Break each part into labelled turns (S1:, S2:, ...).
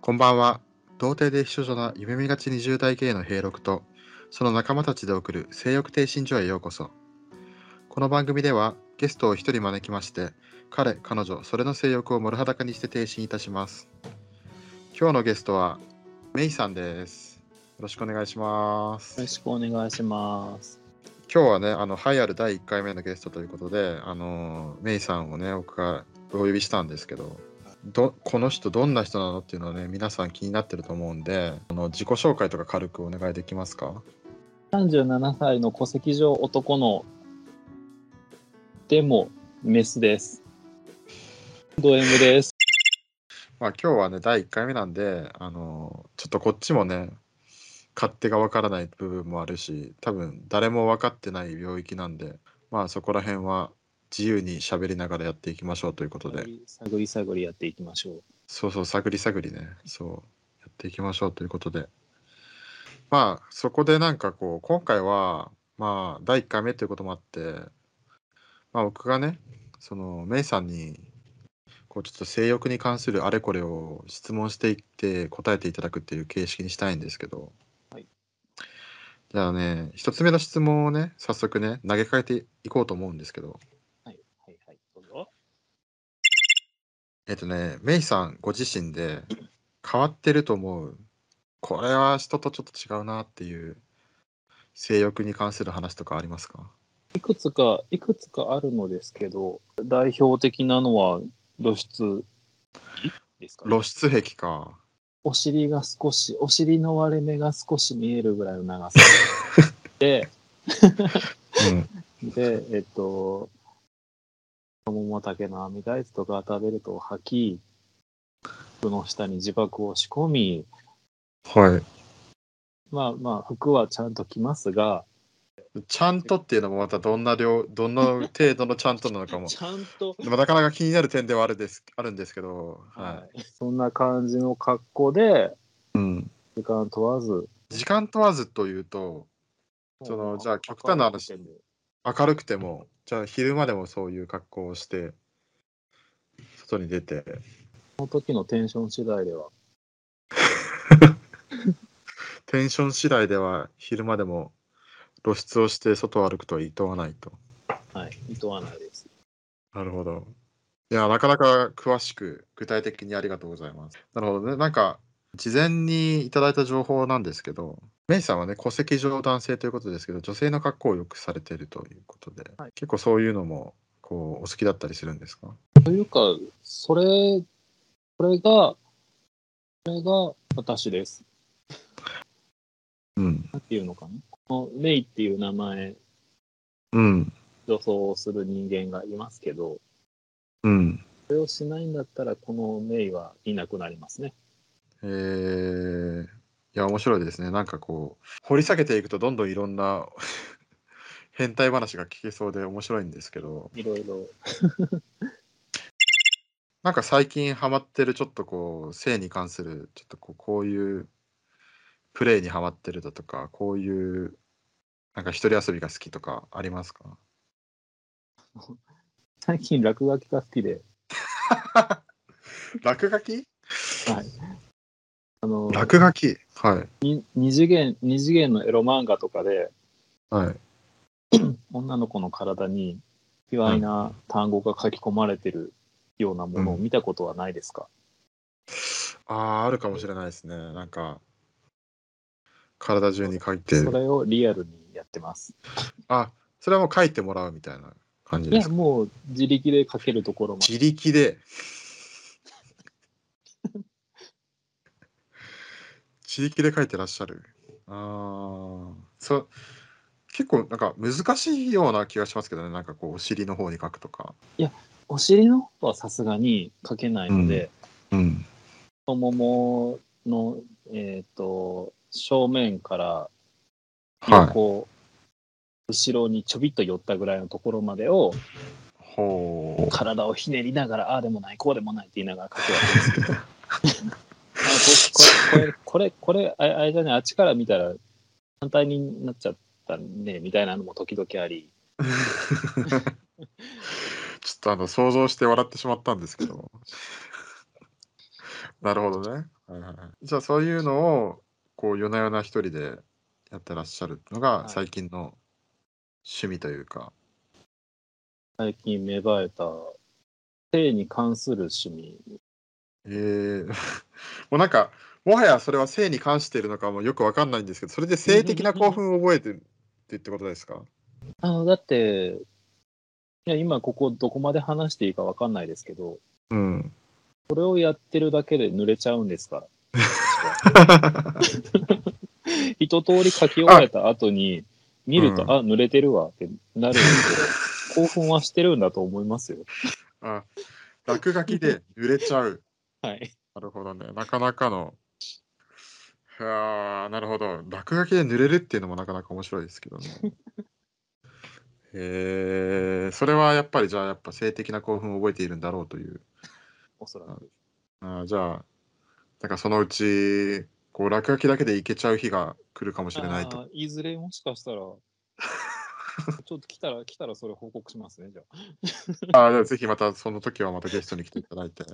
S1: こんばんは。童貞で秘書な夢見がち20代ゲイの平六と、その仲間たちで送る性欲挺身所へようこそ。この番組では、ゲストを一人招きまして、彼、彼女、それの性欲を丸裸にして挺身いたします。今日のゲストは、メイさんです。よろしくお願いします
S2: よろ。しくお願いします。
S1: 今日はね、あの、ハイアル第1回目のゲストということで、あの、メイさんをね、僕がお呼びしたんですけど、どこの人どんな人なのっていうのはね、皆さん気になってると思うんで、あの自己紹介とか軽くお願いできますか
S2: 37歳の戸籍上男の、でも、メスです。ド M です。
S1: まあ今日はね、第1回目なんで、あの、ちょっとこっちもね、勝手がわからない部分もあるし、多分誰も分かってない領域なんで、まあそこら辺は自由に喋りながらやっていきましょうということで。
S2: 探り探りやっていきましょう。
S1: そうそう、探り探りね、そう、やっていきましょうということで。まあ、そこでなんかこう、今回は、まあ、第1回目ということもあって、まあ、僕がね、その、メイさんに、こう、ちょっと性欲に関するあれこれを質問していって、答えていただくっていう形式にしたいんですけど。
S2: はい
S1: じゃあね、一つ目の質問をね、早速ね、投げかけていこうと思うんですけど、
S2: はい、はい、はい、どうぞ。
S1: えっとね、メイさんご自身で変わってると思う、これは人とちょっと違うなっていう性欲に関する話とかありますか
S2: いくつか、いくつかあるのですけど、代表的なのは露出ですかね、
S1: 露出癖か。
S2: お尻が少し、お尻の割れ目が少し見えるぐらいの長さ。で、
S1: うん、
S2: で、えっと、桃竹の網大豆とか食べると吐き、服の下に自爆を仕込み、
S1: は
S2: まあまあ、服はちゃんと着ますが、
S1: い。ちゃんとっていうのもまたどんな量、どんな程度のちゃんとなのか も。
S2: ちゃんと、
S1: でもなかなか気になる点ではあるですあるんですけど、は
S2: はい、そんな感じの格好で、
S1: いうん、
S2: 時間問わず、
S1: 時間問わずというと、そのじゃあ極端な話明るくても、じゃあ昼間でもそういう格好をして、外に出て、
S2: その時のテンション次第では、
S1: テンション次第では昼間でも露出をして外を歩くとは厭わないと。
S2: はい、厭わないです。
S1: なるほど。いや、なかなか詳しく具体的にありがとうございます。なるほどね。なんか、事前にいただいた情報なんですけど、メイさんはね、戸籍上男性ということですけど、女性の格好をよくされているということで、
S2: はい
S1: 結構そういうのも、こう、お好きだったりするんですか
S2: というか、それ、それが、それが私です。
S1: うん。
S2: なんていうのかなこのメイっていう名前、
S1: うん。
S2: 女装をする人間がいますけど、
S1: うん。
S2: それをしないんだったら、このメイはいなくなりますね。
S1: えー、いや、面白いですね。なんかこう、掘り下げていくと、どんどんいろんな 変態話が聞けそうで面白いんですけど、
S2: いろいろ。
S1: なんか最近ハマってる、ちょっとこう、性に関する、ちょっとこうこういうプレイにハマってるだとか、こういう、なんか一人遊びが好きとかありますか
S2: 最近落書きが好きで、
S1: 落書き
S2: はい。あの、
S1: 落書きはい。
S2: に二次元、二次元のエロ漫画とかで、
S1: はい。
S2: 女の子の体に、卑猥な単語が書き込まれてるようなものを見たことはないですか、
S1: ああ、あるかもしれないですね。なんか、体中に書いて
S2: それをリアルにやってます。
S1: あ、それはもう書いてもらうみたいな感じ
S2: い
S1: で
S2: や、
S1: すか。
S2: もう自力で書けるところまで。
S1: 自力 で。自力で書いてらっしゃる。ああ、そう。結構なんか難しいような気がしますけどね。なんかこうお尻の方に書くとか。
S2: お尻の方はさすがに書けないので、
S1: うん。
S2: 太ももの、えー、と正面から
S1: はい。
S2: 横、後ろにちょびっと寄ったぐらいのところまでを
S1: ほう。
S2: 体をひねりながらああでもないこうでもないって言いながら書くわけですけどあこれこれこれこれこれああれじゃねあっちから見たら反対になっちゃったねみたいなのも時々あり
S1: ちょ っとあの想像して笑ってしまったんですけど。なるほどね。はいはいはいじゃあそういうのをこう夜な夜な一人でやってらっしゃるの
S2: は
S1: が
S2: い
S1: 最近の趣味というか、
S2: 最近芽生えた、性に関する趣味。
S1: えー もうなんかもはやそれは性に関しているのかもよくわかんないんですけどそれで性的な興奮を覚えてるってってことですか
S2: あの、だって、いや、今ここどこまで話していいかわかんないですけど、
S1: うん。
S2: これをやってるだけで濡れちゃうんですから。一通り書き終えた後に、見ると、
S1: うん
S2: あ、濡れてるわってなるんです けど、興奮はしてるんだと思いますよ。
S1: あ落書きで揺れちゃう。
S2: はい。
S1: なるほどね。なかなかの。はあ、なるほど。落書きで濡れるっていうのもなかなか面白いですけど ね。へえ、それはやっぱりじゃあやっぱ性的な興奮を覚えているんだろうという。
S2: おそらく。
S1: あーじゃあ、だからそのうち、こう落書きだけでいけちゃう日が来るかもしれない
S2: あ
S1: と。
S2: ーいずれもしか したら、ちょっと来たら、来たらそれ報告しますね、じゃあ。
S1: ああ、じゃあぜひまたその時はまたゲストに来ていただいて。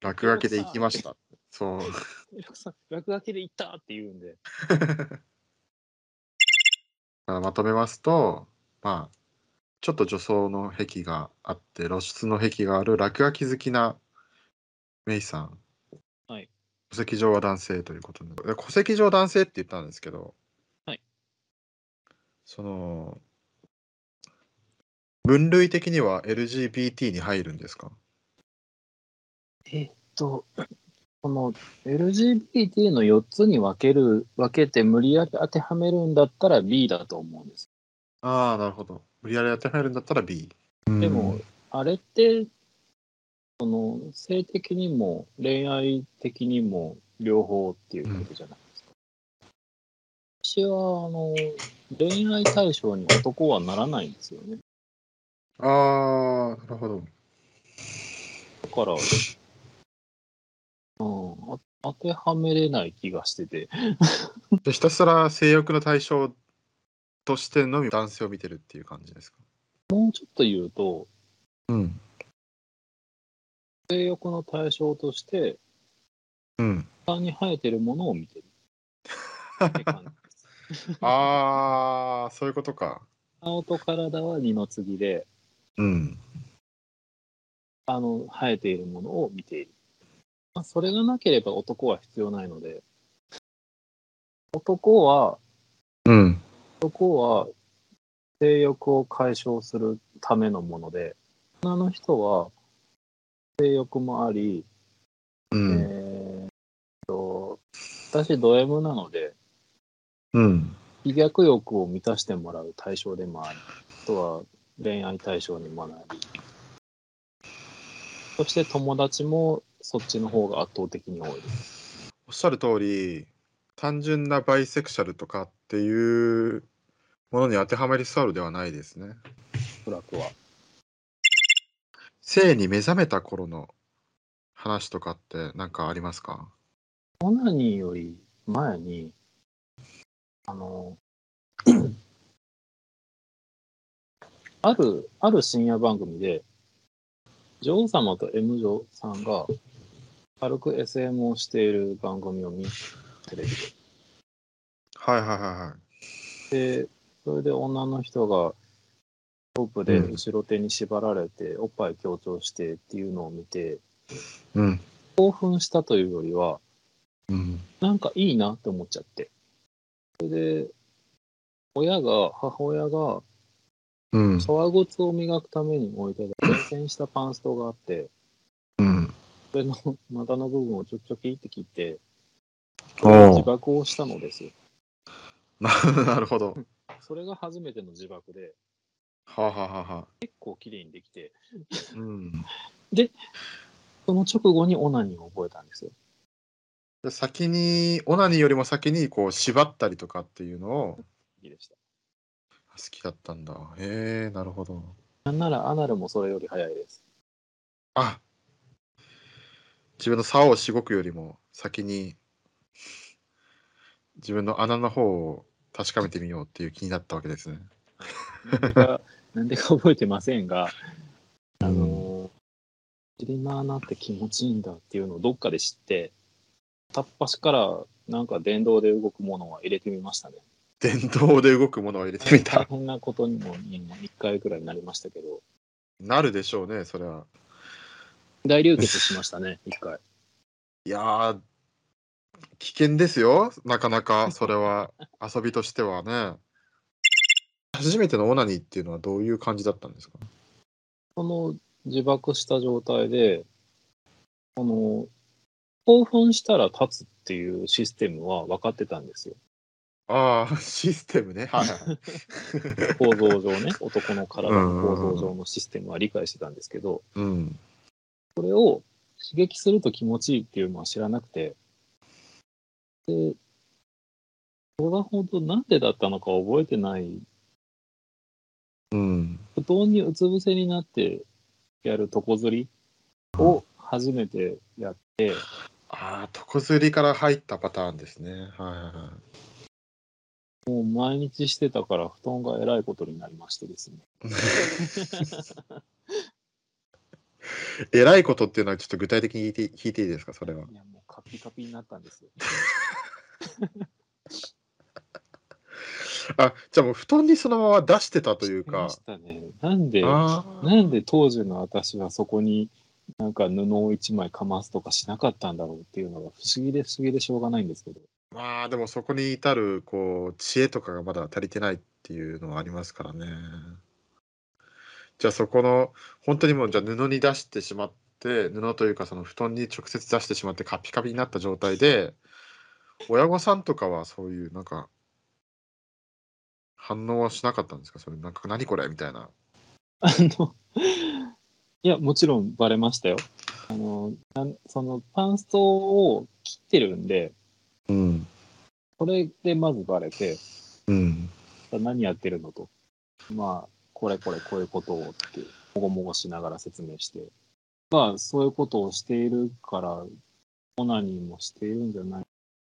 S1: 落書きで行きました。そう。
S2: 落書 落書きで行ったって言うんで。
S1: まあまとめますと、まあ、ちょっと女装の癖があって露出の癖がある落書き好きなメイさん、
S2: はい、
S1: 戸籍上は男性ということでで戸籍上男性って言ったんですけど、
S2: はい、
S1: その分類的には LGBT に入るんですか
S2: えっと、この LGBT の4つに分ける、分けて無理やり当てはめるんだったら B だと思うんです。
S1: ああなるほど無理やり当てはめるんだったら B
S2: でも、あれって、その、性的にも恋愛的にも両方っていうことじゃないですか。私は、あの、恋愛対象に男はならないんですよね。
S1: ああなるほど
S2: だから、うん、あ当てはめれない気がしてて。
S1: でひたすら性欲の対象としてのみ男性を見てるっていう感じですか
S2: もうちょっと言うと、
S1: うん
S2: 性欲の対象として、
S1: うん
S2: 下に生えてるものを見てるって感じです。
S1: ああそういうことか
S2: 顔と体は二の次で、
S1: うん
S2: あの、生えているものを見ている。まあ、それがなければ男は必要ないので、男は、
S1: うん
S2: 男は性欲を解消するためのもので、女の人は性欲もあり、
S1: う
S2: えーっと、私ド M なので、
S1: うん
S2: 飛躍欲を満たしてもらう対象でもあり、あとは恋愛対象にもなり、そして友達もそっちの方が圧倒的に多いです。
S1: おっしゃる通り単純なバイセクシャルとかっていうものに当てはまりそうではないですね
S2: おそらくは。
S1: 性に目覚めた頃の話とかって何かありますか
S2: オナニーより前に、あの、ある、ある深夜番組で、女王様と M 女さんが軽く SM をしている番組を見テレビで
S1: はいはいはいはい
S2: で、それで女の人がロープで後ろ手に縛られて、おっぱい強調してっていうのを見て、
S1: うん
S2: 興奮したというよりは、
S1: うん
S2: なんかいいなって思っちゃって。それで、親が、母親が、
S1: うん
S2: 革靴を磨くために置いてた、厳選したパンストがあって、
S1: うん
S2: それの股の部分をちょちょきって切って、
S1: お
S2: 自爆をしたのですよ。
S1: ー なるほど
S2: それが初めての自爆で、
S1: はあ、はあはあはあ、
S2: 結構綺麗にできて、
S1: うん
S2: その直後にオナニーを覚えたんですよ。
S1: で先にオナニーよりも先にこう縛ったりとかっていうのを
S2: いいでした。
S1: 好きだったんだへえなるほど
S2: なんならアナルもそれより早いです。
S1: あ自分の竿をしごくよりも先に自分の穴の方を確かめてみようっていう気になったわけですね
S2: なんでかなんでか覚えてませんが、あのー、尻の穴って気持ちいいんだっていうのをどっかで知って、片っ端からなんか電動で動くものは入れてみましたね。
S1: 電動で動くものを入れてみ
S2: 大
S1: た。
S2: 変なことにも1回くらいになりましたけど、
S1: なるでしょうね、それは。
S2: 大流血しましたね、1回。
S1: いやー、危険ですよ、なかなか、それは、遊びとしてはね。初めてのオナニーっていうのはどういう感じだったんですか
S2: その自爆した状態で、あの、興奮したら立つっていうシステムは分かってたんですよ。
S1: ああ、 システムね。はいはいはい。
S2: 構造上ね、男の体の構造上のシステムは理解してたんですけど、
S1: うん。
S2: それを刺激すると気持ちいいっていうのは知らなくて、で、それが本当なんでだったのか覚えてない、
S1: うん。
S2: 布団にうつ伏せになってやる床ずりを初めてやって、
S1: ああ、床ずりから入ったパターンですね。はいはいはい。
S2: もう毎日してたから布団がえらいことになりましてですね。
S1: えらいことっていうのはちょっと具体的に聞いて聞いていいですか、それは。
S2: いや、もうカピカピになったんですよ。
S1: あじゃあもう布団にそのまま出してたという
S2: して
S1: か
S2: まし。たね。なんで、
S1: あー
S2: なんで当時の私はそこになんか布を一枚かますとかしなかったんだろうっていうのが不思議で不思議でしょうがないんですけど。
S1: まあでもそこに至るこう知恵とかがまだ足りてないっていうのはありますからね。じゃあそこの本当にもうじゃあ布に出してしまって布というかその布団に直接出してしまってカピカピになった状態で親御さんとかはそういうなんか反応はしなかったんですかそれなんか何これみたいな。
S2: あの、 いや、もちろんバレましたよ。あの、なんそのパンストを切ってるんで、
S1: うん
S2: これでまずバレて、
S1: うん
S2: 何やってるのと。まあ、これこれこういうことをって、もごもごしながら説明して。まあ、そういうことをしているから、オナニーもしているんじゃない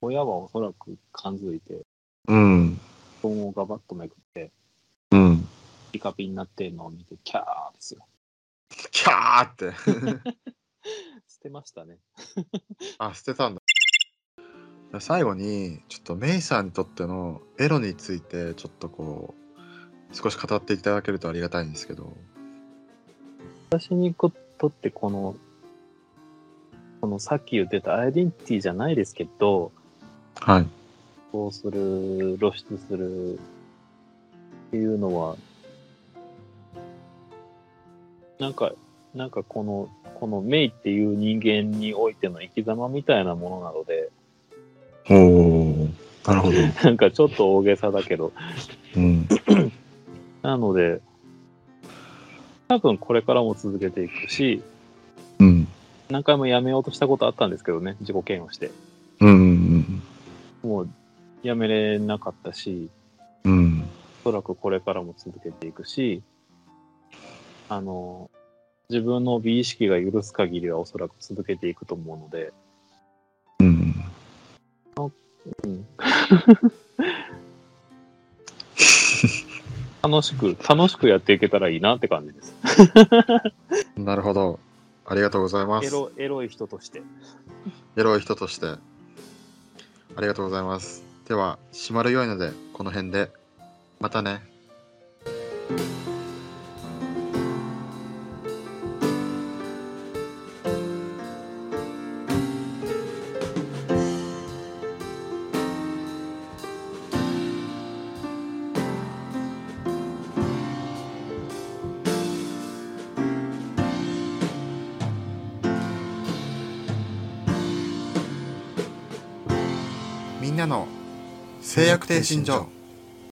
S2: 親はおそらく感づいて、
S1: うん
S2: 布団をガバッとめくって、
S1: うん。
S2: ピカピになってるのを見て、キャーですよ。
S1: キャーって。
S2: 捨てましたね。
S1: あ捨てたんだ最後にちょっとメイさんにとってのエロについてちょっとこう少し語っていただけるとありがたいんですけど
S2: 私にとってこの、このさっき言ってたアイデンティティじゃないですけど、
S1: はい
S2: こうする、露出するっていうのは、なんか、なんかこの、このメイっていう人間においての生き様みたいなものなので、
S1: おおなるほど、
S2: なんかちょっと大げさだけど、
S1: うん、
S2: なので、多分これからも続けていくし、
S1: うん
S2: 何回もやめようとしたことあったんですけどね、自己嫌悪して。
S1: うんうん
S2: もうやめれなかったし、
S1: うんうん
S2: おそらくこれからも続けていくし、あの、自分の美意識が許す限りはおそらく続けていくと思うので、
S1: うん
S2: うん、楽しく、楽しくやっていけたらいいなって感じです。
S1: なるほどありがとうございます
S2: エロ、エロい人として。
S1: エロい人としてありがとうございますでは締まるよいのでこの辺でまたねみんなの制約停止所